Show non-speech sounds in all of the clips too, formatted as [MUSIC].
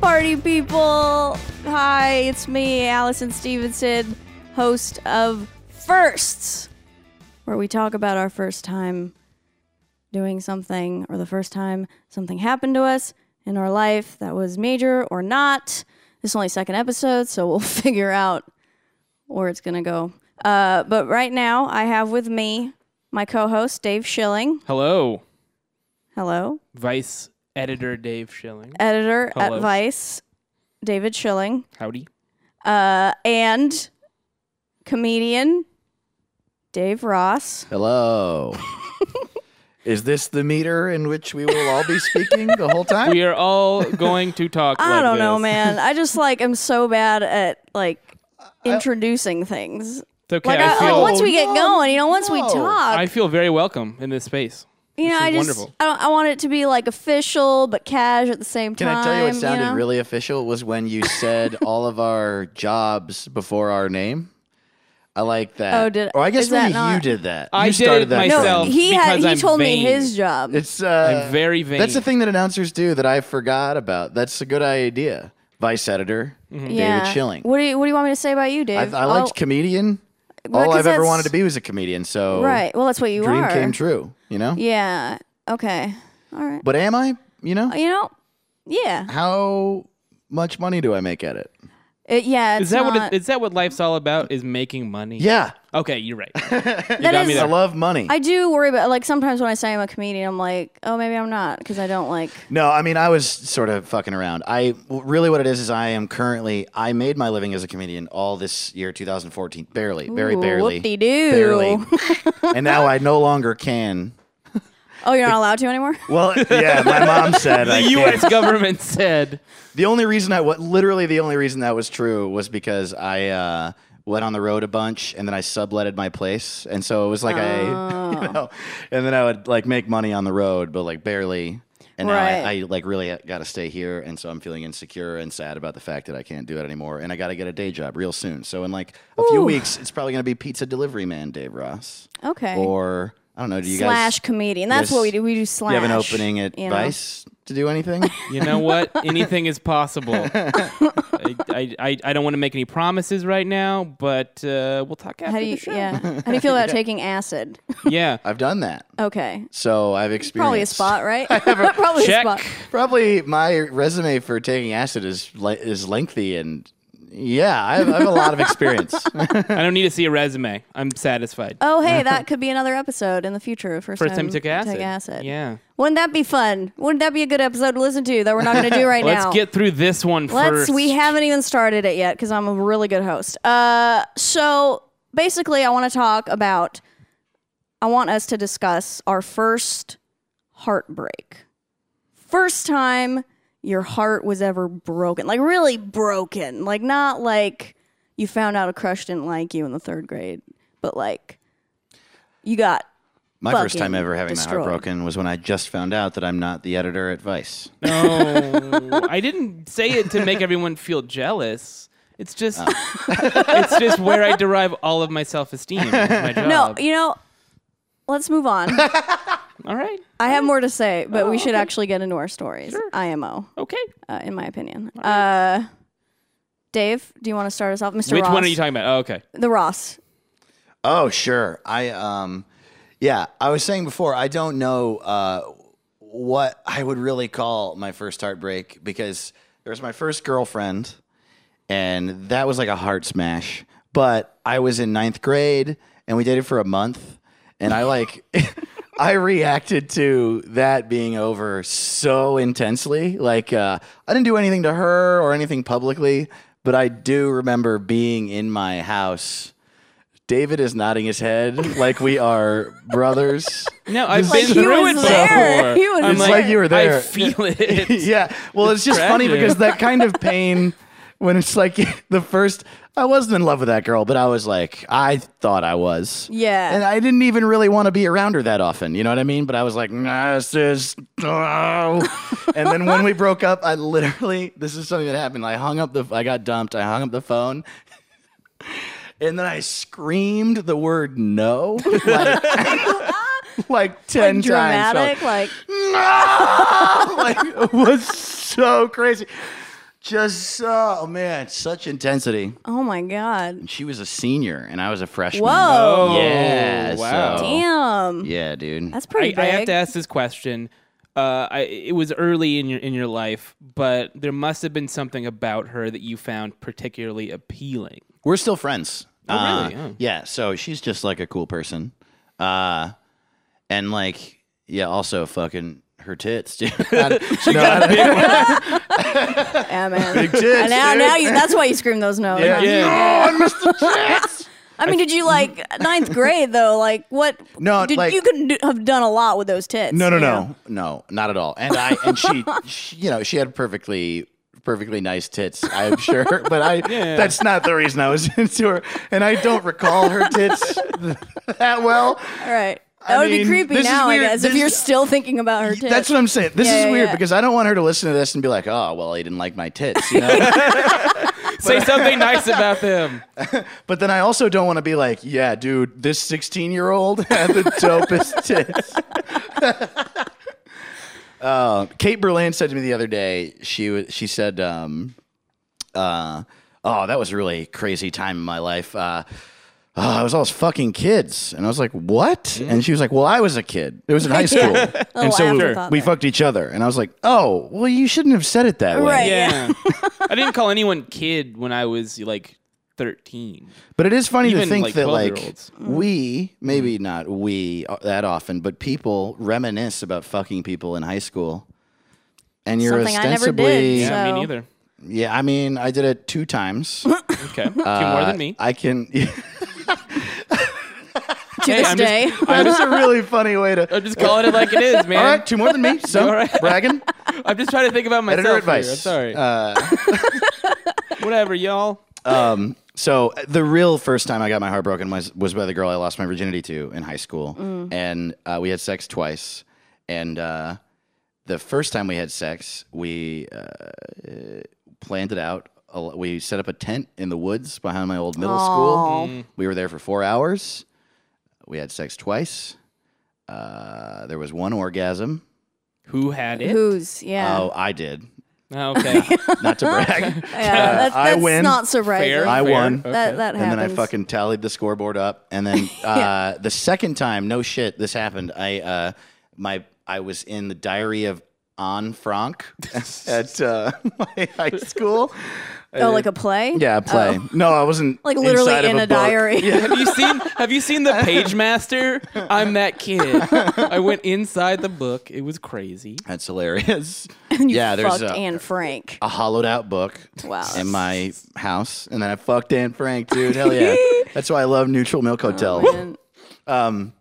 party people. Hi, it's me, Allison Stevenson, host of Firsts, where we talk about our first time doing something or the first time something happened to us in our life that was major or not. This is only second episode, so we'll [LAUGHS] figure out where it's going to go. Uh, but right now, I have with me my co host, Dave Schilling. Hello, Hello. Vice Editor Dave Schilling. Editor Hello. at Vice, David Schilling. Howdy. uh, and comedian Dave Ross. Hello. Is this the meter in which we will all be speaking the whole time? We are all going to talk. [LAUGHS] I like don't know, this. man. I [LAUGHS] just like am so bad at like introducing things. It's okay. Like, I, I, feel. like once we get No, going, you know, once we no. talk, I feel very welcome in this space. you know, this is I just wonderful. I don't I want it to be like official but cash at the same Can time. I tell you what sounded know? really official was when you said all of our jobs before our name. I like that. Oh, did- or I guess is that maybe you not- did that. I you did started it that No, myself. trend. he had because he I'm told vain. me his job. It's uh, I'm very vain. That's the thing that announcers do that I forgot about. That's a good idea. Vice editor Mm-hmm. yeah. David Schilling. What do you What do you want me to say about you, I, Dave? I liked Oh, comedian. well, all 'cause I've ever that's- wanted to be was a comedian. So Right. Well, that's what you dream are. came true. You know. Yeah. Okay. All right. But am I? You know. You know. Yeah. how much money do I make at it? It, yeah, it's Is that not, what? It, is that what life's all about? Is making money? Yeah, Okay, you're [LAUGHS] right. that got is- me I there. love money. I do worry about like sometimes when I say I'm a comedian, I'm like, oh, maybe I'm not because I don't like. no, I mean I was sort of fucking around. I really what it is is I am currently I made my living as a comedian all this year 2014, barely, very Ooh, barely, whoop-de-doo. barely, [LAUGHS] and now I no longer can. Oh, you're not allowed to anymore. Well, yeah, my mom said I [LAUGHS] The can't. U.S. government said The only reason I what literally the only reason that was true was because I uh, went on the road a bunch and then I subletted my place, and so it was like Oh. I, [LAUGHS] you know, and then I would like make money on the road, but like barely. And now I, Right. I like really got to stay here, and so I'm feeling insecure and sad about the fact that I can't do it anymore, and I got to get a day job real soon. So in like a few Ooh. weeks, it's probably gonna be pizza delivery man, Dave Ross, Okay. [LAUGHS] or I don't know. Do you slash guys comedian. That's yes. what we do. We do do slash. you have an opening at you know? Vice to do [LAUGHS] anything? You know what? Anything is possible. I, I, I, I don't want to make any promises right now, but uh, we'll talk after How do you? the show. [LAUGHS] Yeah. How do you feel about taking acid? Yeah. I've done that, Okay. so I've experienced Probably a spot, [LAUGHS] right? [LAUGHS] Probably Check. a spot. Probably my resume for taking acid is le- is lengthy and yeah, I have, I have a lot [LAUGHS] of experience. I don't need to see a resume. I'm satisfied. Oh, [LAUGHS] hey, that could be another episode in the future. First, First time you took take acid. acid. Yeah. Wouldn't that be fun? Wouldn't that be a good episode to listen to that we're not going [LAUGHS] to do right Let's now? get through this one Let's. first. We haven't even started it yet because I'm a really good host. Uh, so basically, I want to talk about. I want us to discuss our first heartbreak. First time your heart was ever broken, like really broken, like not like you found out a crush didn't like you in the third grade, but like you got My first time Fucking ever having my destroyed. heart broken was when I just found out that I'm not the editor at Vice. No, I didn't say it [LAUGHS] to make everyone feel jealous. It's just, [LAUGHS] it's just where I derive all of my self-esteem. is My [LAUGHS] job. no. You know, let's move on. All right. I have more to say, but we should actually get into our stories. IMO. Okay. uh, in my opinion. Uh, Dave, do you want to start us off, Mr. Which Ross? one are you talking about? Oh, okay. The Ross. Oh, sure. I um yeah, I was saying before I don't know uh what I would really call my first heartbreak because there was my first girlfriend and that was like a heart smash. But I was in ninth grade and we dated for a month and I like [LAUGHS] I reacted to that being over so intensely. Like uh, I didn't do anything to her or anything publicly, but I do remember being in my house. David is nodding his head like we are brothers. No, I've Like, been he through was it there. before. He was I'm It's like you were I there. feel [LAUGHS] it. yeah. Well, it's, just funny tragic. because that kind of pain when it's like [LAUGHS] the first I wasn't in love with that girl, but I was like I thought I was. Yeah. And I didn't even really want to be around her that often, you know what I mean? But I was like, nah, this is oh." And then when we broke up, I literally this is something that happened. I hung up the I got dumped. I hung up the phone. [LAUGHS] And then I screamed the word no like, [LAUGHS] like 10 times. fast [LAUGHS] Dramatic, like like it was so crazy. Just so, oh man, such intensity. Oh my god. And she was a senior and I was a freshman. Whoa. Yeah. Oh, wow. so- Damn. Yeah, dude. That's I, pretty I big. have to ask this question. Uh, I, it was early in your in your life, but there must have been something about her that you found particularly appealing. We're still friends. Oh, really? Uh, Oh. Yeah. So she's just like a cool person. Uh, and like, yeah, also fucking her tits, dude. [LAUGHS] she got big yeah, [LAUGHS] man. tits, And now, dude. now you, that's why you scream those no's. huh? Yeah. No, I missed the chance. I mean, did you like ninth grade though? Like what? No, did, like- you could do, have done a lot with those tits. No, no, you know? no, no, not at all. And I [LAUGHS] and she, she you know, she had perfectly perfectly nice tits, I'm sure. [LAUGHS] But I that's not the reason I was [LAUGHS] into her. And I don't recall her tits [LAUGHS] that well. All right. I That would mean, be creepy this is now, I weird. guess, if This- you're still thinking about her tits. That's what I'm saying. This Yeah, is yeah, weird yeah. because I don't want her to listen to this and be like, "Oh, well, he didn't like my tits," [LAUGHS] you know. Say something nice about them. but then I also don't want to be like, "Yeah, dude, this 16-year-old [LAUGHS] had the dopest tits." [LAUGHS] Uh, Kate Berlin said to me the other day, she wa- she said, um, uh, "Oh, that was a really crazy time in my life. Uh, oh, I was all those fucking kids," and I was like, "What?" And she was like, "Well, I was a kid. It was in high school, little and so afterthought we, we there. fucked each other." And I was like, "Oh, well, you shouldn't have said it that way." Right. Yeah. [LAUGHS] I didn't call anyone kid when I was like 13. But it is funny to Even, think like, that like 12-year-olds. Mm-hmm. we maybe not we uh, that often, but people reminisce about fucking people in high school. And you're Something I never did, ostensibly Yeah, So- me neither. yeah. I mean, I did it [LAUGHS] two times. [LAUGHS] Okay. Two more Uh, than me. I can. [LAUGHS] to Hey, this I'm just- day. I'm just a really funny [LAUGHS] way to. I'm just calling it like it is, man. All right, two more than me. [LAUGHS] So All right. bragging. I'm just trying to think about myself. Editor Here. I'm advice. sorry. Uh, Whatever, y'all. Um, so the real first time I got my heart broken was was by the girl I lost my virginity to in high school, Mm. and uh, we had sex twice. And uh, the first time we had sex, we uh, planned it out. A lo- We set up a tent in the woods behind my old middle Aw. school. We were there for four hours. We had sex twice. Uh, there was one orgasm. Who had it? Who's? Yeah. Oh, I did. Okay. Not [LAUGHS] to brag. yeah. that's I that's win. not surprising. Fair. I fair. won. Okay. That that happens. and then I fucking tallied the scoreboard up. [LAUGHS] And then uh, the second time, no shit, this happened. I uh, my I was in the diary of [LAUGHS] Anne Frank at uh, [LAUGHS] my high school. oh, like a play. Yeah, play. Oh. No, I wasn't [LAUGHS] Like literally inside of in a, book. diary. Have you seen Have you seen the Page Master? I'm that kid. I went inside the book. It was crazy. [LAUGHS] That's hilarious. [LAUGHS] and [LAUGHS] you yeah, there's fucked a, Anne [LAUGHS] Frank. a hollowed out book Wow. in my house, and then I fucked Anne Frank, [LAUGHS] dude. Hell yeah. That's why I love Neutral Milk Hotel. Man.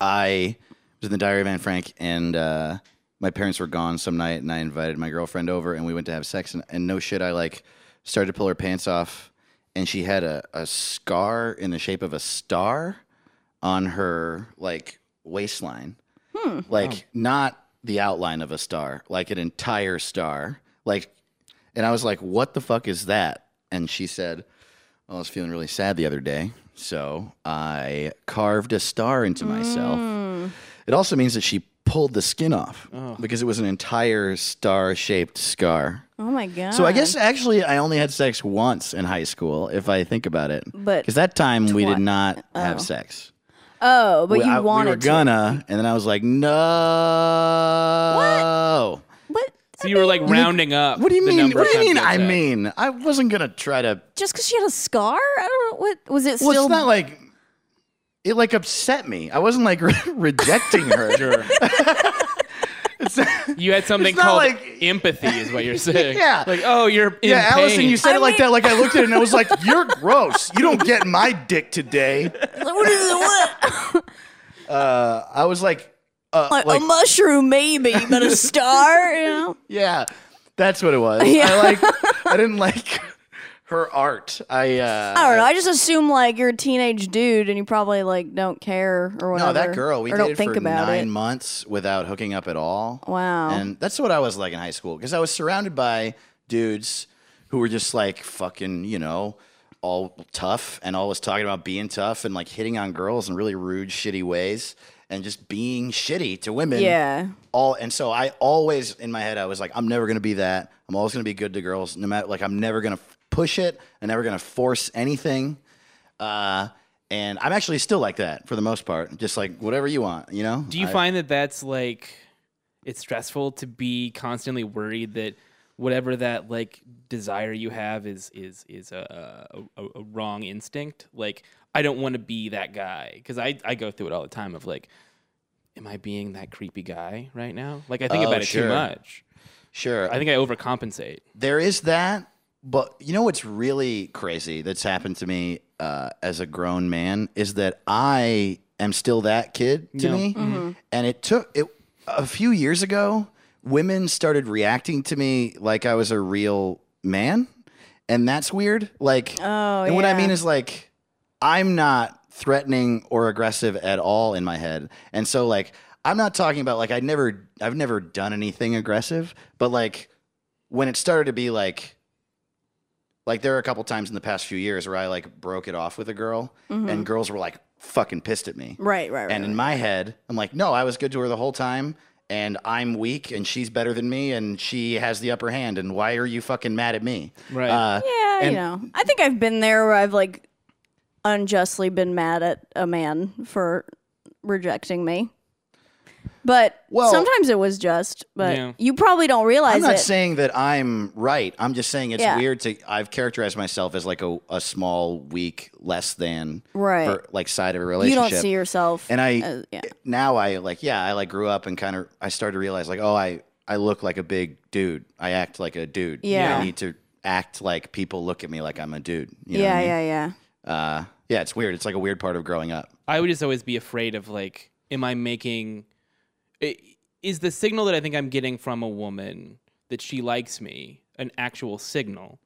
I was in the Diary of Anne Frank, and uh, my parents were gone some night, and I invited my girlfriend over, and we went to have sex. And, and no shit, I like started to pull her pants off, and she had a, a scar in the shape of a star on her like waistline, like not the outline of a star, like an entire star, like. And I was like, "What the fuck is that?" And she said. Well, I was feeling really sad the other day, so I carved a star into myself. Mm. It also means that she pulled the skin off because it was an entire star shaped scar. Oh my god. So I guess actually I only had sex once in high school, if I think about it. But because that time we did twi- not have sex. Oh, but we, you I- we wanted were gonna, and then I was like, no. to. What? So you were like rounding up. What do you the mean? number What of do you times mean? you had I sex. mean, I wasn't gonna try to Just because she had a scar? I don't know. What was it? Well, still it's not like it like upset me. I wasn't like [LAUGHS] rejecting her. Sure. you had something it's not called like- empathy, is what you're saying. [LAUGHS] Yeah. Like, oh, you're in Yeah, Allison, pain. you said I it like mean- that. Like I looked at it and I [LAUGHS] was like, "You're gross. You don't get my dick today." what is it? [LAUGHS] What? Uh, I was like, uh, Like, like a mushroom, maybe, but [LAUGHS] a star. You know. yeah, that's what it was. Yeah. I like, I didn't like her art. I uh, I don't know. I just assume like you're a teenage dude and you probably like don't care or whatever. no, that girl. We or dated don't think for about nine it. months without hooking up at all. Wow. And that's what I was like in high school because I was surrounded by dudes who were just like fucking, you know, all tough and always talking about being tough and like hitting on girls in really rude, shitty ways. and just being shitty to women. Yeah. All and so I always in my head I was like, I'm never gonna be that. I'm always gonna be good to girls, no matter like I'm never gonna f- push it. I'm never gonna force anything. Uh, and I'm actually still like that for the most part. Just like whatever you want, you know. Do you I- find that that's like it's stressful to be constantly worried that whatever that like desire you have is is is a a, a, a wrong instinct? Like I don't want to be that guy because I I go through it all the time of like, am I being that creepy guy right now? Like I think Oh, about it sure. too much. sure? I think I overcompensate. There is that, but you know what's really crazy that's happened to me uh, as a grown man is that I am still that kid to Yeah. me, and it took it a few years ago. Women started reacting to me like I was a real man, and that's weird. Like, Oh, and what I yeah. mean is like, I'm not threatening or aggressive at all in my head, and so like. I'm not talking about like I never I've never done anything aggressive, but like when it started to be like like there are a couple times in the past few years where I like broke it off with a girl and girls were like fucking pissed at me. Right, Mm-hmm. right, right. And in my head, I'm like, no, I was good to her the whole time and I'm weak and she's better than me and she has the upper hand and why are you fucking mad at me? Right. Uh, yeah, and- you know. I think I've been there where I've like unjustly been mad at a man for rejecting me. But Well- sometimes it was just, but Yeah. you probably don't I'm realize not it. saying that I'm right. I'm just saying it's Yeah. weird to I've characterized myself as like a, a small, weak, less than Right. per- like side of a you relationship. don't see uh, yourself. and I as- yeah. now I like yeah I like grew up and kind of I started to realize like oh I I look like a big dude I act like a dude Yeah. I need to act like people look at me like I'm a dude you know yeah, what I mean? yeah, yeah. uh, yeah it's weird it's like a weird part of growing up I would just always be afraid of like, am I making? i- Is the signal that I think I'm getting from a woman that she likes me an actual signal,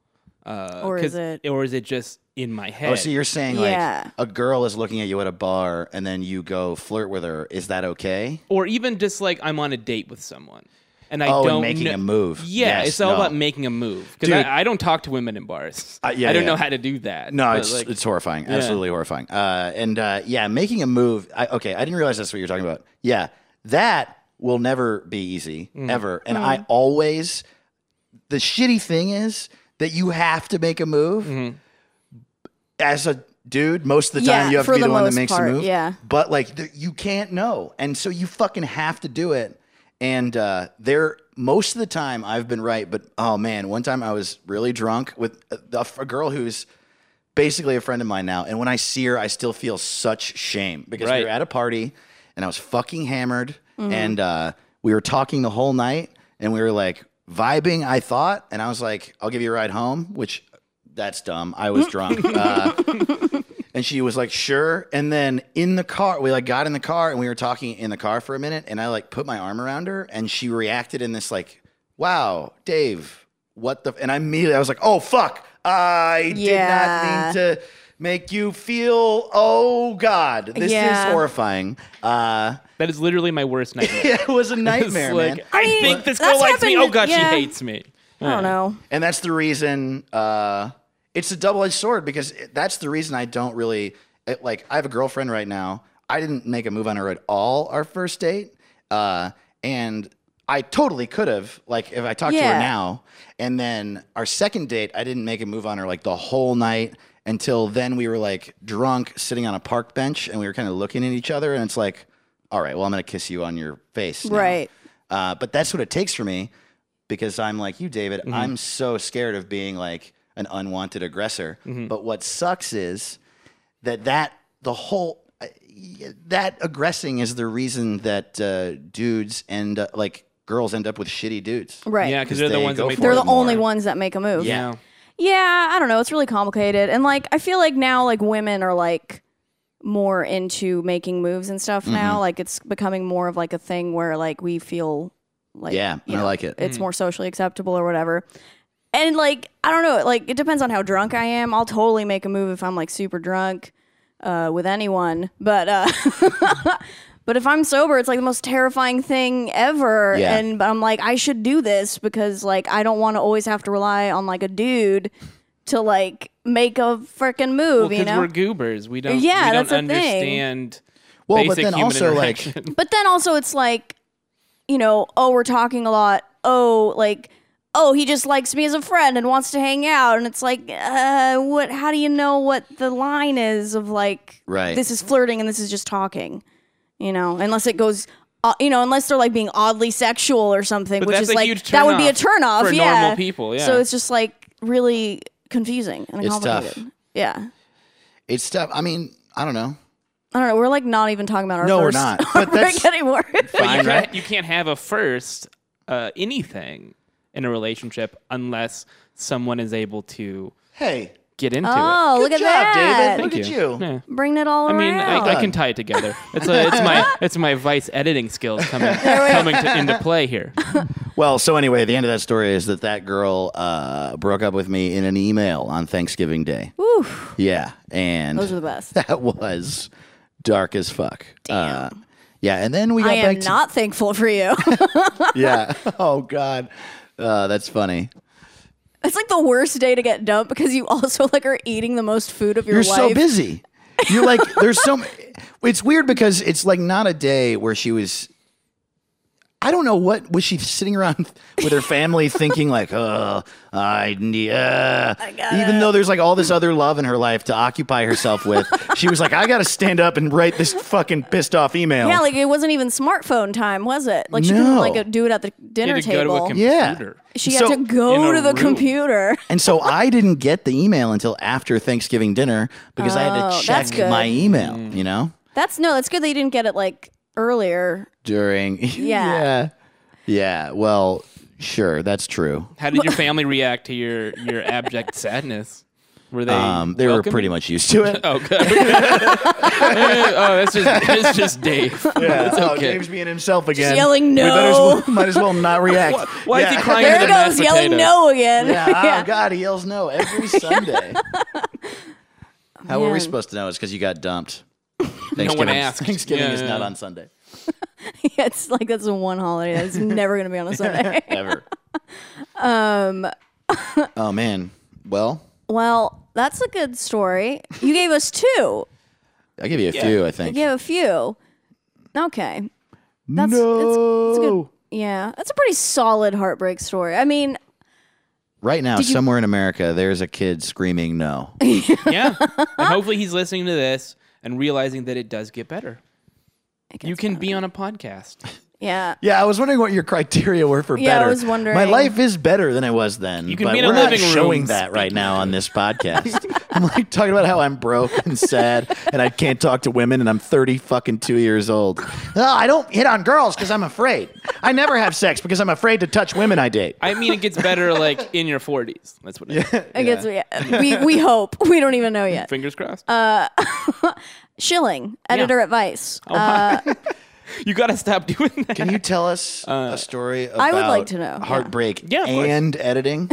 uh, Or is 'cause- it- Or is it just in my head? oh so you're saying like Yeah. a girl is looking at you at a bar and then you go flirt with her is that okay or even just like I'm on a date with someone, and I oh don't and making kno- a move Yeah, Yes, it's all no. about making a move because Dude. I, I don't talk to women in bars. Uh, yeah, I don't yeah. know how to do that. No, but, it's like, it's horrifying. Absolutely horrifying. Uh, and uh, yeah, making a move. I, okay, I didn't realize that's what you're talking about. Yeah, that will never be easy Mm. ever. And Mm-hmm. I always the shitty thing is that you have to make a move as a dude. Most of the time, Mm-hmm. Yeah, you have to for be the, the one that most makes part, the move. yeah. but like th- you can't know, and so you fucking have to do it. And uh, there, most of the time, I've been right. But oh man, one time I was really drunk with a, a girl who's basically a friend of mine now. And when I see her, I still feel such shame because we Right. were at a party and I was fucking hammered and uh, we were talking the whole night and we were like vibing, I thought. And I was like, I'll give you a ride home, which that's dumb. I was drunk. Uh, and she was like, sure. And then in the car, we like got in the car and we were talking in the car for a minute. And I like put my arm around her and she reacted in this like, wow, Dave, what the? f-" And I immediately, I was like, oh, fuck. I Yeah. did not mean to make you feel, oh, God, this Yeah. is horrifying. Uh, [LAUGHS] that is literally my worst nightmare. it was a It's [LAUGHS] nightmare, like, man. I, I mean, think this that's girl likes me. happened- Oh god, yeah. she hates me. I don't know. And that's the reason uh, it's a double edged sword because it- that's the reason I don't really it- like. I have a girlfriend right now. I didn't make a move on her at all our first date, uh, and I totally could have. Like if I talked to her Yeah. now, and then our second date, I didn't make a move on her like the whole night until then. We were like drunk, sitting on a park bench, and we were kind of looking at each other, and it's like, all right, well, I'm gonna kiss you on your face, now." Right. Uh, but that's what it takes for me because I'm like you, David. Mm-hmm. I'm so scared of being like an unwanted aggressor. Mm-hmm. But what sucks is that that the whole uh, y- that aggressing is the reason that uh, dudes and uh, like girls end up with shitty dudes. Right. Yeah, because they're the they ones go that make for They're it the more. only ones that make a move. Yeah. Yeah. Yeah, I don't know. It's really complicated. And like I feel like now like women are like more into making moves and stuff Mm-hmm. now. Like it's becoming more of like a thing where like we feel like Yeah, you I like it. It's more socially acceptable or whatever. And like I don't know, like it depends on how drunk I am. I'll totally make a move if I'm like super drunk uh, with anyone, but uh [LAUGHS] But if I'm sober, it's like the most terrifying thing ever. Yeah. And but I'm like, I should do this because like I don't want to always have to rely on like a dude to like make a freaking move. you Because know? we're goobers, we don't. Yeah, we don't that's the thing. understand. Well, but basic then human also, like- interaction. But then also it's like, you know, oh, we're talking a lot. Oh, like, oh, he just likes me as a friend and wants to hang out. And it's like, uh, what? How do you know what the line is of like, Right. This is flirting and this is just talking, you know? Unless it goes. Uh, you know, unless they're like being oddly sexual or something, But which that's is a like huge that would be a turnoff turnoff for yeah. normal people, yeah. So it's just like really confusing and It's tough. complicated. Yeah, It's tough. I mean, I don't know. I don't know. We're like not even talking about our No, we're first [LAUGHS] not. But that's- anymore. [LAUGHS] Fine, you right? can't, you can't have a first uh, anything in a relationship unless someone is able to Hey, get into Oh, good look at job, that. David. it. Look at you. Yeah. Bring it all I mean, around. I, I can tie it together. It's, a, [LAUGHS] it's my it's my vice editing skills coming we go. coming to, into play here. Well, so anyway, the end of that story is that that girl uh, broke up with me in an email on Thanksgiving Day. Oof, Yeah, and those are the best. [LAUGHS] that was dark as fuck. Uh, yeah, and then we got I back am to not thankful for [LAUGHS] you. [LAUGHS] [LAUGHS] yeah. Oh God, uh, that's funny. it's like the worst day to get dumped because you also like are eating the most food of your You're life. [LAUGHS] so busy. You're like there's so. m- It's weird because it's like not a day where she was. I don't know what was she sitting around [LAUGHS] with her family thinking like, oh, I need. Uh. gotta- Even though there's like all this other love in her life to occupy herself with, she was like, I got to stand up and write this fucking pissed off email. Yeah, like it wasn't even smartphone time, was it? Like she couldn't No. like uh, do it at the You [LAUGHS] dinner had to go to a table. Yeah. computer. she had So- to In go a to the room. computer. And so I didn't get the email until after Thanksgiving dinner because I had Oh, to that's check good. my email, you know, That's no, that's good that you didn't get it like earlier. during. [LAUGHS] yeah. Yeah, Well, sure. That's true. How did your family react to your your abject sadness? Were they Um, they were welcoming? pretty much used [LAUGHS] to it. Oh, [LAUGHS] good. oh, that's just it's just Dave. Yeah. [LAUGHS] It's Oh, okay. Dave's being himself again. yelling We better as no. well, might as well not react. Why- why is he Yeah. [LAUGHS] crying? [LAUGHS] There to it the mashed goes, yelling potatoes. no again. [LAUGHS] Yeah. Oh God, he yells no every Sunday. How were Man. we supposed to know? It's because you got dumped. No one Thanksgiving- asked. Thanksgiving Yeah, is yeah, not yeah. on Sunday Yeah, it's like that's the one holiday that's never gonna be on a [LAUGHS] Sunday. ever. um. oh man. Well, Well, that's a good story. You gave us two. I give you a few. I think. You gave a few. Okay. That's it's, it's a good. Yeah, that's a pretty solid heartbreak story. I mean, Right now, you- somewhere in America, there's a kid screaming no. Yeah. And hopefully he's listening to this and realizing that it does get better. I guess- You can be on a podcast. yeah. [LAUGHS] yeah, I was wondering what your criteria were for [LAUGHS] Yeah, I better. was wondering. My life is better than it was then. You can but be in a we're living not room showing that right now on [LAUGHS] this podcast. I'm like talking about how I'm broke and sad and I can't talk to women and I'm 30 fucking 2 years old. Oh, I don't hit on girls cuz I'm afraid. I never have sex because I'm afraid to touch women I date. I mean, it gets better like in your 40s. That's what it is. I guess we, we we hope [LAUGHS] we don't even know yet. Fingers crossed. Schilling, editor at Vice. Oh. Uh, you got to stop doing that. Can you tell us a story about I would like to know, yeah. heartbreak Uh, Yeah, of course. and editing?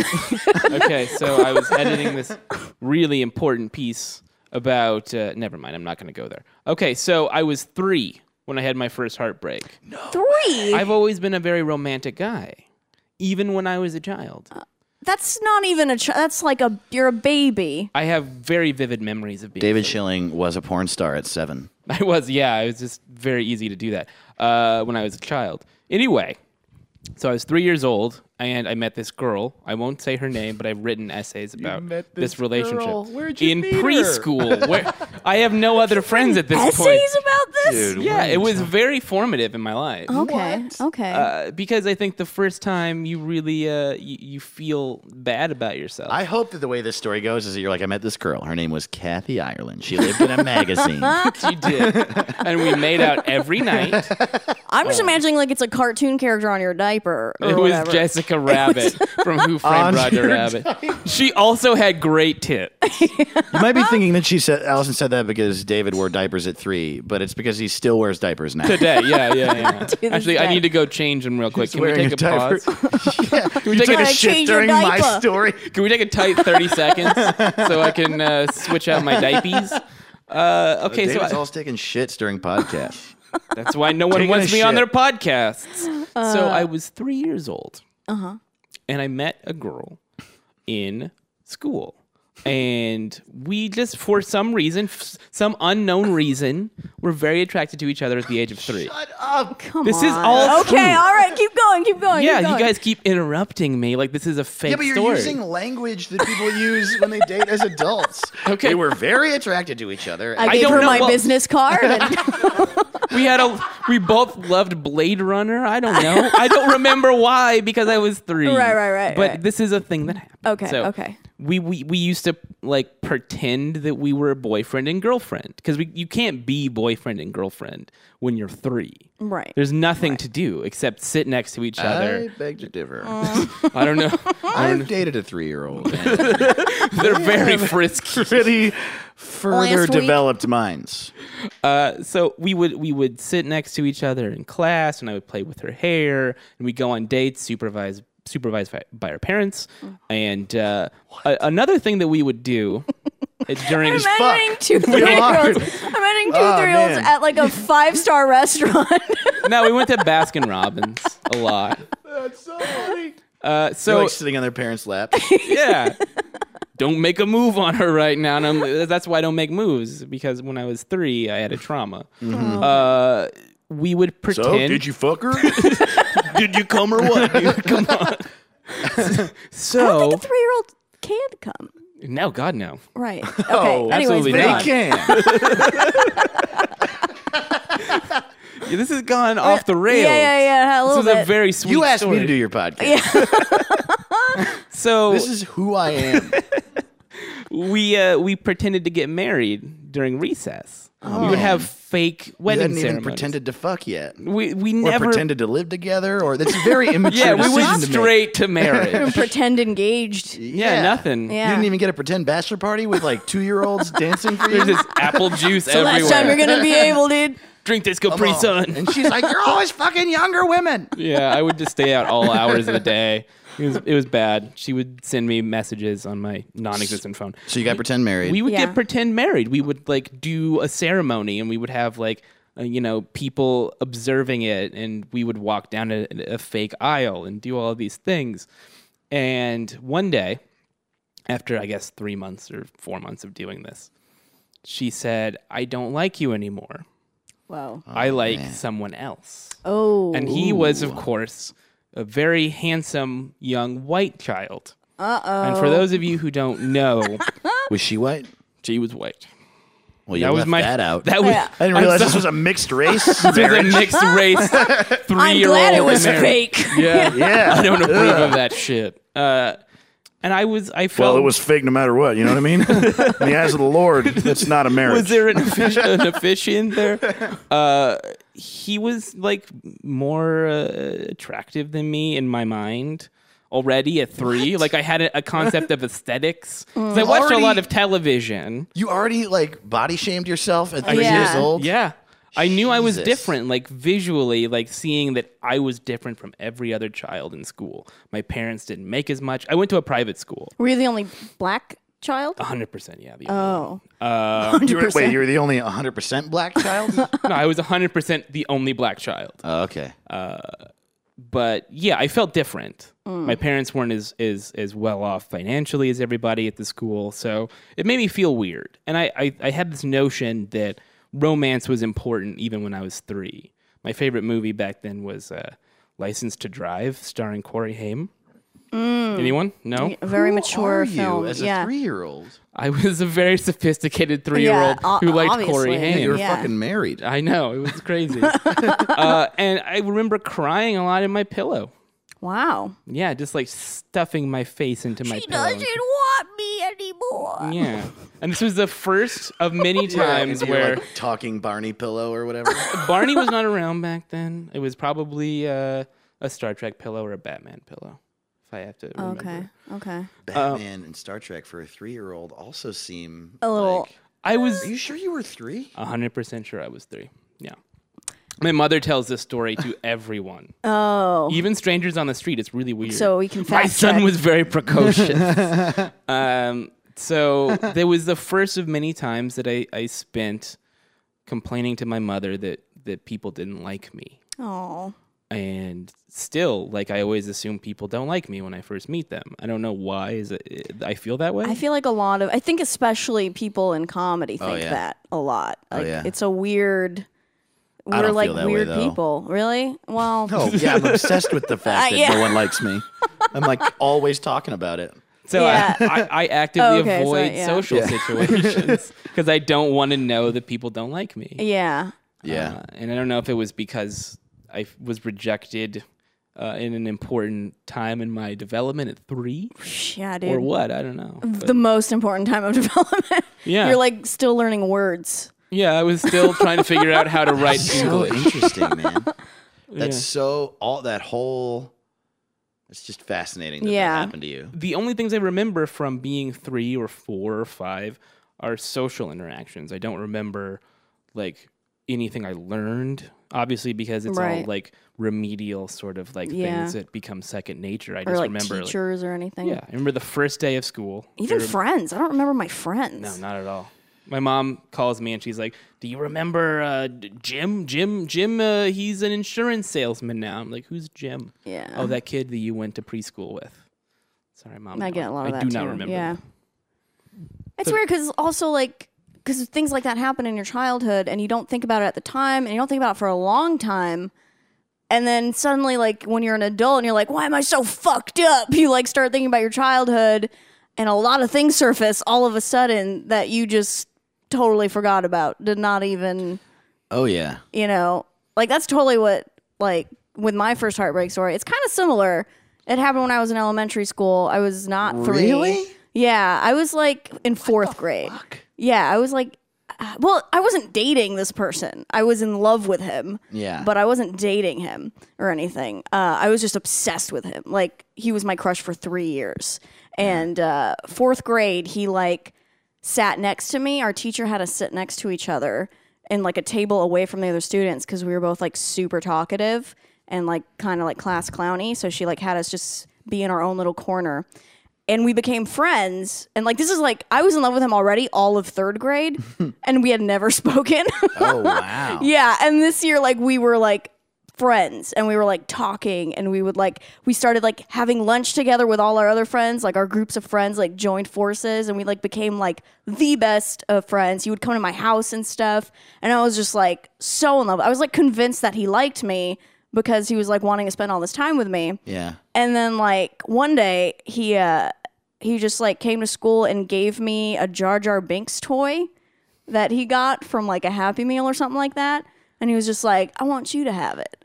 Okay, so I was editing this really important piece about. Uh, never mind, I'm not going to go there. Okay, so I was three when I had my first heartbreak. Uh, three. I've always been a very romantic guy, even when I was a child. that's not even a. Ch- that's like a. You're a baby. I have very vivid memories of being [LAUGHS] David Schilling was a porn star at 7. [LAUGHS] I was, yeah. It was just very easy to do that uh, when I was a child. Anyway, so I was three years old, and I met this girl. I won't say her name, but I've written essays about met this, this relationship girl. Where'd you in meet her? [LAUGHS] preschool. Where I have no other friends at this point. Essays about this. Dude, Yeah, it was very formative in my life Okay. Okay. uh, because I think the first time you really uh, you, you feel bad about yourself. I hope that the way this story goes is that you're like, I met this girl. Her name was Kathy Ireland. She lived in a [LAUGHS] magazine. [LAUGHS] you did, and we made out every night. I'm just imagining like it's a cartoon character on your diaper or uh, It whatever. was Jessica [LAUGHS] Rabbit from Who Framed On Roger your [LAUGHS] Rabbit. She also had great tits. you might be thinking that she said Allison said that because David wore diapers at three, but it's because he still wears diapers now. Today, [LAUGHS] yeah, yeah, yeah. this Actually, I day. need to go change them real quick. He's Can we wearing take a, diaper. pause? [LAUGHS] yeah. You take took a- a Change shit your during my diaper. [LAUGHS] story. Can we take a tight thirty seconds so I can uh, switch out [LAUGHS] my diapers? Uh, okay, so David's I- always taking shits during podcasts. that's why [LAUGHS] no one Taking wants a me on shit. Uh. their podcasts. so I was three years old, uh-huh. and I met a girl in school. and we just for some reason, f- some unknown reason, were very attracted to each other at the age of three. Oh, Shut up. Come This on. is all Okay, true. all right. Keep going. Keep going. Yeah, keep you going. guys keep interrupting me like this is a fake Yeah, but you're story. using language that people use when they date as adults. [LAUGHS] Okay. They were very attracted to each other. I I- gave don't her know- my well- business card. [LAUGHS] And [LAUGHS] we had a we both loved Blade Runner. I don't know. I don't remember why because I was three. Right, right, right, But right. this is a thing that happened. Okay, So okay. We, we we used to like pretend that we were boyfriend and girlfriend because we you can't be boyfriend and girlfriend when you're three. right. There's nothing to do except sit next to each I other. beg to differ. I don't know. I've dated a [LAUGHS] three-year-old. They're very frisky. [LAUGHS] Pretty further Last week- developed minds. Uh, so we would we would sit next to each other in class, and I would play with her hair, and we go on dates, supervised supervised by, by our parents. Mm. And uh, a- another thing that we would do [LAUGHS] uh, during I'm editing fuck. two We are. three-year-olds. I'm editing two Oh, three-year-olds man. at like a five-star restaurant. [LAUGHS] no, we went to Baskin Robbins a lot. That's so funny. Uh, They're so like sitting on their [LAUGHS] parents' lap. yeah. Don't make a move on her right now. And I'm, that's why I don't make moves because when I was three, I had a trauma. Uh, we would pretend. So, did you [LAUGHS] fuck her? did you come or [LAUGHS] what? dude? Come on. so Three-year-old can come. no, God no. [LAUGHS] Right. Okay. Oh, Anyways, absolutely moving not. on. [LAUGHS] can. Yeah, this has gone off the rails. Yeah, yeah, yeah. A This little was bit. a very sweet. You asked story. me to do your podcast. So This is who [LAUGHS] I am. we uh, we pretended to get married during recess. We would have fake Oh. You wedding hadn't ceremonies. even pretended to fuck yet. we we Or never pretended to live together. Or that's a very [LAUGHS] immature Yeah, we decision went to make. straight to marriage. [LAUGHS] pretend engaged. [LAUGHS] yeah, nothing. Yeah. You didn't even get a pretend bachelor party with like two year olds dancing for you. [LAUGHS] There's just apple juice everywhere. Last time you're gonna be able, dude. Drink this Capri Sun. [LAUGHS] And she's like, "You're always fucking [LAUGHS] younger women." yeah, I would just stay out all hours of the day. It was it was bad. She would send me messages on my non-existent phone. So you got pretend married. We would Yeah. get pretend married. We would like do a ceremony, and we would have like uh, you know people observing it, and we would walk down a, a fake aisle and do all these things. And one day, after I guess three months or four months of doing this, she said, "I don't like you anymore. Whoa. I like someone else." Oh. And he was, of course, a very handsome young white child. Uh oh. And for those of you who don't know, was she white? [LAUGHS] she was white. Well, you That was left my that [LAUGHS] out. That was Yeah. I didn't I'm realize so- this was a mixed [LAUGHS] race There's a marriage. mixed race [LAUGHS] three I'm year glad it old was American. [LAUGHS] fake. [LAUGHS] Yeah. [LAUGHS] Yeah. I don't approve of that shit. Uh, and I was I felt Well, it was fake no matter what. You know what I mean? [LAUGHS] In the eyes of the Lord, it's not a marriage. was there [LAUGHS] an official an officiant there? Uh, he was like more uh, attractive than me in my mind already at three. Like I had a, a concept of aesthetics. Mm. 'Cause I watched a lot Already- of television. You already like body shamed yourself at three Yeah. years old. Yeah. I knew I was Jesus. different, like visually, like seeing that I was different from every other child in school. My parents didn't make as much. I went to a private school. Were you the only black child? Uh, 100%. Yeah. The Oh. Uh, You were, 100%. [LAUGHS] wait, you were the only 100 percent black child. no, I was 100% the only black child. oh, okay. But yeah, I felt different. Mm. My parents weren't as, as, as well off financially as everybody at the school. So it made me feel weird. And I, I, I had this notion that romance was important even when I was three. My favorite movie back then was uh, License to Drive, starring Corey Haim. Mm. Anyone? No? A very Who mature are film. You as yeah. a three year old, I was a very sophisticated three year old o- who liked obviously. Corey Haim. Yeah, you were Yeah. fucking married. I know it was [LAUGHS] crazy, uh, and I remember crying a lot in my pillow. wow. Yeah, just like stuffing my face into my pillow. want me anymore. Yeah, and this was the first [LAUGHS] of many times You were, where like, talking Barney pillow [LAUGHS] or whatever. Barney was not around back then. It was probably uh, a Star Trek pillow or a Batman pillow, if I have to. Remember. Oh, Okay. Okay. Uh, Batman and Star Trek for a three year old also seem A little- like- I was Are you sure you [LAUGHS] were three? hundred percent sure I was three. Yeah. My mother tells this story [LAUGHS] to everyone, Oh. even strangers on the street. It's really weird. So we can fact My son check. was very precocious. [LAUGHS] um, so there was the first of many times that I, I spent complaining to my mother that, that people didn't like me. Oh. and still like i always assume people don't like me when i first meet them i don't know why is it i feel that way I feel like a lot of I think especially people in comedy think Oh, yeah. Oh, that a lot. Like yeah. it's a weird we're don't feel like that way, weird though. people. Really? Well, Oh, yeah, I'm obsessed with the fact [LAUGHS] Uh, that yeah. no one likes me. I'm like always talking about it. so yeah. I, [LAUGHS] I, I actively Oh, okay, so, avoid yeah. social situations because i don't want to know that people don't like me yeah. Yeah. Uh, and I don't know if it was because I f- was rejected uh, in an important time in my development at three Yeah, dude. or what. I don't know. But- The most important time of [LAUGHS] development. Yeah. You're like still learning words. yeah, I was still trying to figure out how to [LAUGHS] write so English. interesting, [LAUGHS] man. That's Yeah. so all that whole. It's just fascinating that, Yeah. that happened to you. The only things I remember from being three or four or five are social interactions. I don't remember like anything I learned, obviously, because it's all Right. like remedial sort of like Yeah. things that become second nature. I Or just like remember like, teachers or anything. yeah, I remember the first day of school. Even There- friends. I don't remember my friends. No, not at all. My mom calls me and she's like, "Do you remember uh, D- Jim? Jim? Jim? Uh, he's an insurance salesman now." I'm like, "Who's Jim?" Yeah. Oh, that kid that you went to preschool with. Sorry, mom. I no, get a lot of I that. do too. not remember. Yeah. that. It's weird 'cause weird because also like because things like that happen in your childhood and you don't think about it at the time and you don't think about it for a long time. And then suddenly, like when you're an adult and you're like, why am I so fucked up? [LAUGHS] You like start thinking about your childhood and a lot of things surface all of a sudden that you just totally forgot about, did not even Oh yeah, you know like that's totally what like with my first heartbreak story it's kind of similar it happened when i was in elementary school i was not three Really? yeah i was like in fourth grade yeah i was like uh, well i wasn't dating this person i was in love with him Yeah. but i wasn't dating him or anything uh, i was just obsessed with him like he was my crush for three years and uh, fourth grade he like sat next to me. Our teacher had us sit next to each other and like a table away from the other students because we were both like super talkative and like kind of like class clowny. So she like had us just be in our own little corner. And we became friends. And like, this is like, I was in love with him already all of third grade and we had never [LAUGHS] spoken. Oh wow. [LAUGHS] Yeah, and this year like we were like friends and we were like talking and we would like we started like having lunch together with all our other friends like our groups of friends like joined forces and we like became like the best of friends he would come to my house and stuff and i was just like so in love i was like convinced that he liked me because he was like wanting to spend all this time with me Yeah. and then like one day he uh he just like came to school and gave me a Jar Jar Binks toy that he got from like a Happy Meal or something like that. And he was just like, I want you to have it.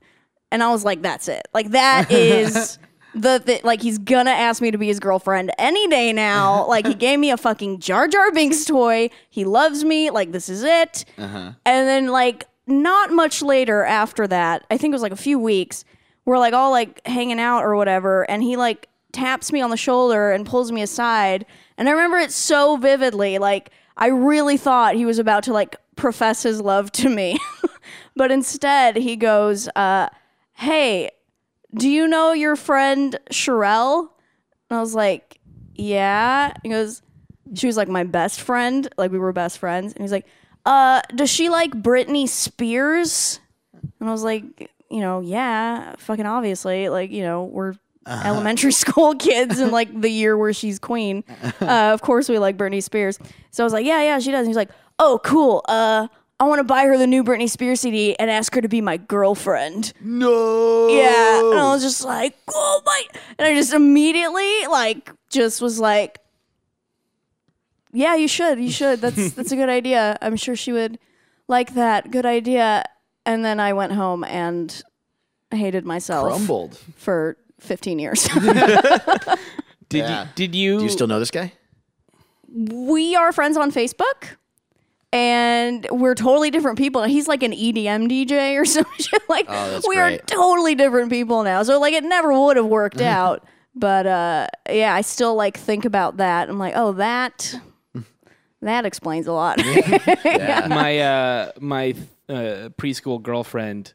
And I was like, that's it. Like that is the thi- like he's gonna ask me to be his girlfriend any day now. Like he gave me a fucking Jar Jar Binks toy. He loves me. Like this is it. And then like not much later after that, I think it was like a few weeks, we're like all like hanging out or whatever, and he like taps me on the shoulder and pulls me aside. And I remember it so vividly. Like I really thought he was about to like profess his love to me. [LAUGHS] but instead he goes, uh, hey, do you know your friend Sherelle? And I was like, yeah. He goes, she was like my best friend. Like we were best friends. And he's like, uh, does she like Britney Spears? And I was like, you know, yeah, fucking obviously. Like, you know, we're elementary [LAUGHS] school kids and like the year where she's queen. Uh, of course we like Britney Spears. So I was like, yeah, yeah, she does. And he's like, oh, cool. Uh, I want to buy her the new Britney Spears CD and ask her to be my girlfriend. No. Yeah. And I was just like, oh my. And I just immediately, like, just was like, yeah, you should. You should. That's that's a good idea. I'm sure she would like that. Good idea. And then I went home and hated myself Crumbled. for 15 years. Did Yeah. you? Did you? Do you still know this [LAUGHS] guy? we are friends on Facebook. And we're totally different people. He's like an E EDM DJ or [LAUGHS] some shit. Like Oh, that's we are great. totally different people now. So like it never would have worked out. But uh, yeah, I still like think about that. I'm like, oh, that that explains a lot. [LAUGHS] my uh, my uh, preschool girlfriend,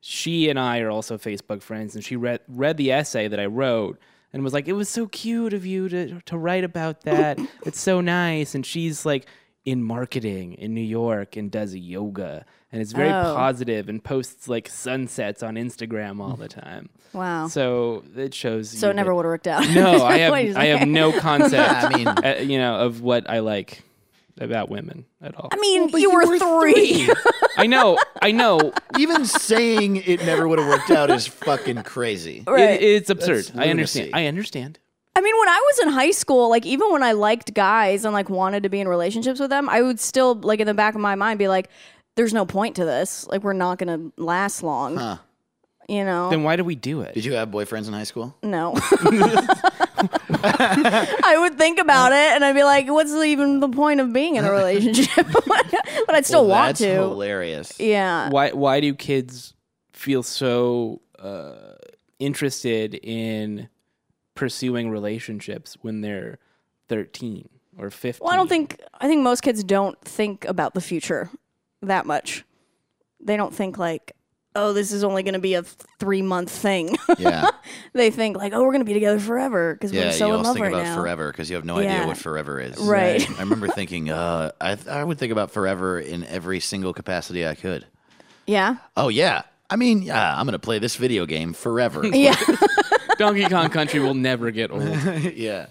she and I are also Facebook friends, and she read read the essay that I wrote and [LAUGHS] was like, "It was so cute of you to to write about that. it's so nice." And she's like in marketing in New York and does yoga and is very Oh. positive and posts like sunsets on Instagram all the time. Wow. So, So it shows. it never would have worked out. [LAUGHS] No, I What he's have I have saying. [LAUGHS] no concept. Yeah, I mean- uh, you know, of what I like about women at all. I mean, you, were, three. I know, I know. Even saying it never would have worked out is fucking crazy. [LAUGHS] right. It, it's absurd. That's I understand. lunacy. I understand. I mean, when I was in high school, like even when I liked guys and like wanted to be in relationships with them, I would still like in the back of my mind be like, "There's no point to this. Like we're not gonna last long." Huh. You know? Then why do we do it? Did you have boyfriends in high school? no. [LAUGHS] I would think about it and I'd be like, "What's even the point of being in [LAUGHS] a relationship?" [LAUGHS] but I'd still want That's to. hilarious. Yeah. why why do kids feel so uh, interested in pursuing relationships when they're 13 or 15 Well, I don't think [LAUGHS] I think most kids don't think about the future that much. They don't think like, "Oh, this is only going to be a 3-month thing." [LAUGHS] Yeah. they think like, "Oh, we're going to be together forever because Yeah, we're so in you always love think right about now." forever because you have no Yeah. idea what forever is. Right. I remember thinking, uh, I, th- I would think about forever in every single capacity I could. Yeah. Oh yeah, I mean, yeah, I'm gonna play this video game [LAUGHS] forever. Yeah. [LAUGHS] donkey kong country will never get old yeah.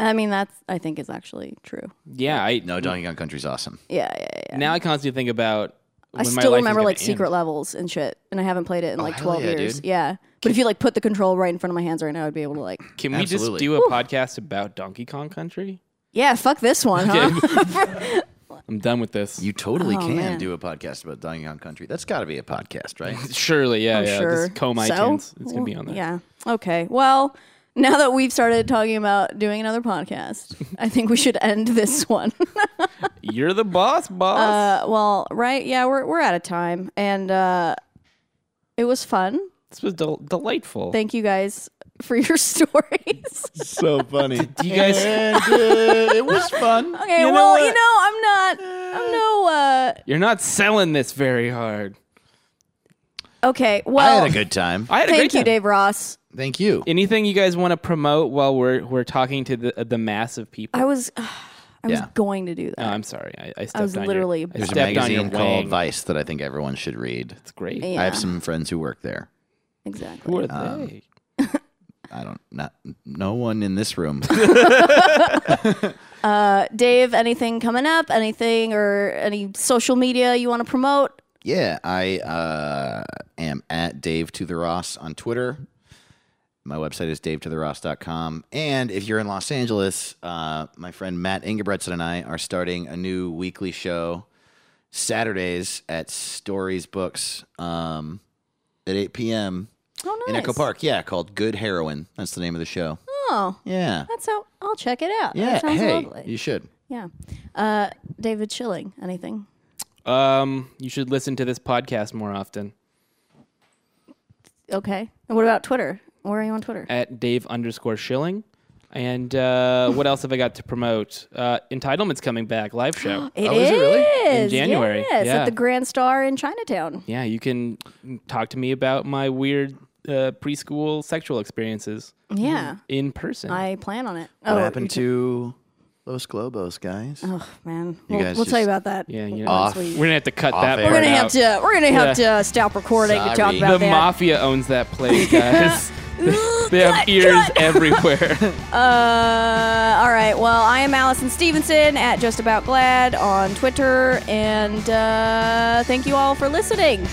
I mean, that's I think is actually true. yeah i No, Donkey Kong Country's awesome. Yeah, yeah, yeah. now i constantly think about I when my still life is remember gonna like end. secret levels and shit, and I haven't played it in like Oh, hell 12 yeah, years. dude. Yeah. But if you like put the control right in front of my hands right now, I'd be able to like, can we just Absolutely. do a podcast about donkey kong country yeah, fuck this [LAUGHS] one, huh? i'm done with this You totally Oh, can man. do a podcast about Donkey Kong Country. That's got to be a podcast, [LAUGHS] right? surely Oh, yeah I'm yeah sure. just comb So? itunes it's gonna be on there Yeah. Okay. Well, now that we've started talking about doing another podcast, I think we should end this one. [LAUGHS] you're the boss boss Uh, well, right? Yeah, we're we're out of time, and uh, it was fun. this was del- delightful Thank you guys for [LAUGHS] your [LAUGHS] stories. so funny. do you guys and, uh, it was [LAUGHS] fun. okay. know well, you what? know, I'm not. I'm no. Uh, you're not selling this very hard okay. I Well, had a good time. i had a great thank you, time. Dave Ross. Thank you. anything you guys want to promote while we're we're talking to the the mass of people? I was. [SIGHS] I was Yeah. going to do oh, that. I'm sorry, I, I stepped was on your- literally I There's There's a stepped on your magazine called wang. Vice that I think everyone should read. It's great. yeah. I have some friends who work there. exactly. Who are they? Um, I don't not no one in [LAUGHS] this room. Dave, anything coming up? Anything or any social media you want to promote? yeah, I uh, am at Dave to the Ross on Twitter. My website is davetotheross.com. And if you're in Los Angeles, uh, my friend Matt Ingebretson and I are starting a new weekly show Saturdays at Stories Books um, at 8 p.m. Oh, nice. in Echo Park. Yeah, called Good Heroin. That's the name of the show. Oh, Yeah. that's how I'll check it out. Yeah. That sounds Hey, lovely. you should. Yeah. Uh, David Schilling, anything? Um, you should listen to this podcast more often Okay. And what about Twitter? Where are you on Twitter? at Dave underscore Shilling. And uh, what else have I got to promote? Uh, Entitlement's coming back live show. [GASPS] [GASPS] It is is it really? In January, Yes, at yeah. the Grand Star in Chinatown. yeah, you can talk to me about my weird uh, preschool sexual experiences Yeah. in person. I plan on it. What happened to Los Globos, guys? Oh man, we'll, guys we'll tell you just- about that. yeah, you know, Off. we're gonna have to cut that. air. We're part gonna have out. to. We're gonna have to stop recording to talk Sorry. about The that. mafia owns that [LAUGHS] place, guys. Ugh, They [LAUGHS] have cut, ears cut. everywhere. [LAUGHS] Uh, all right. Well, I am Allison Stevenson at Just About Glad on Twitter, and uh, thank you all for listening.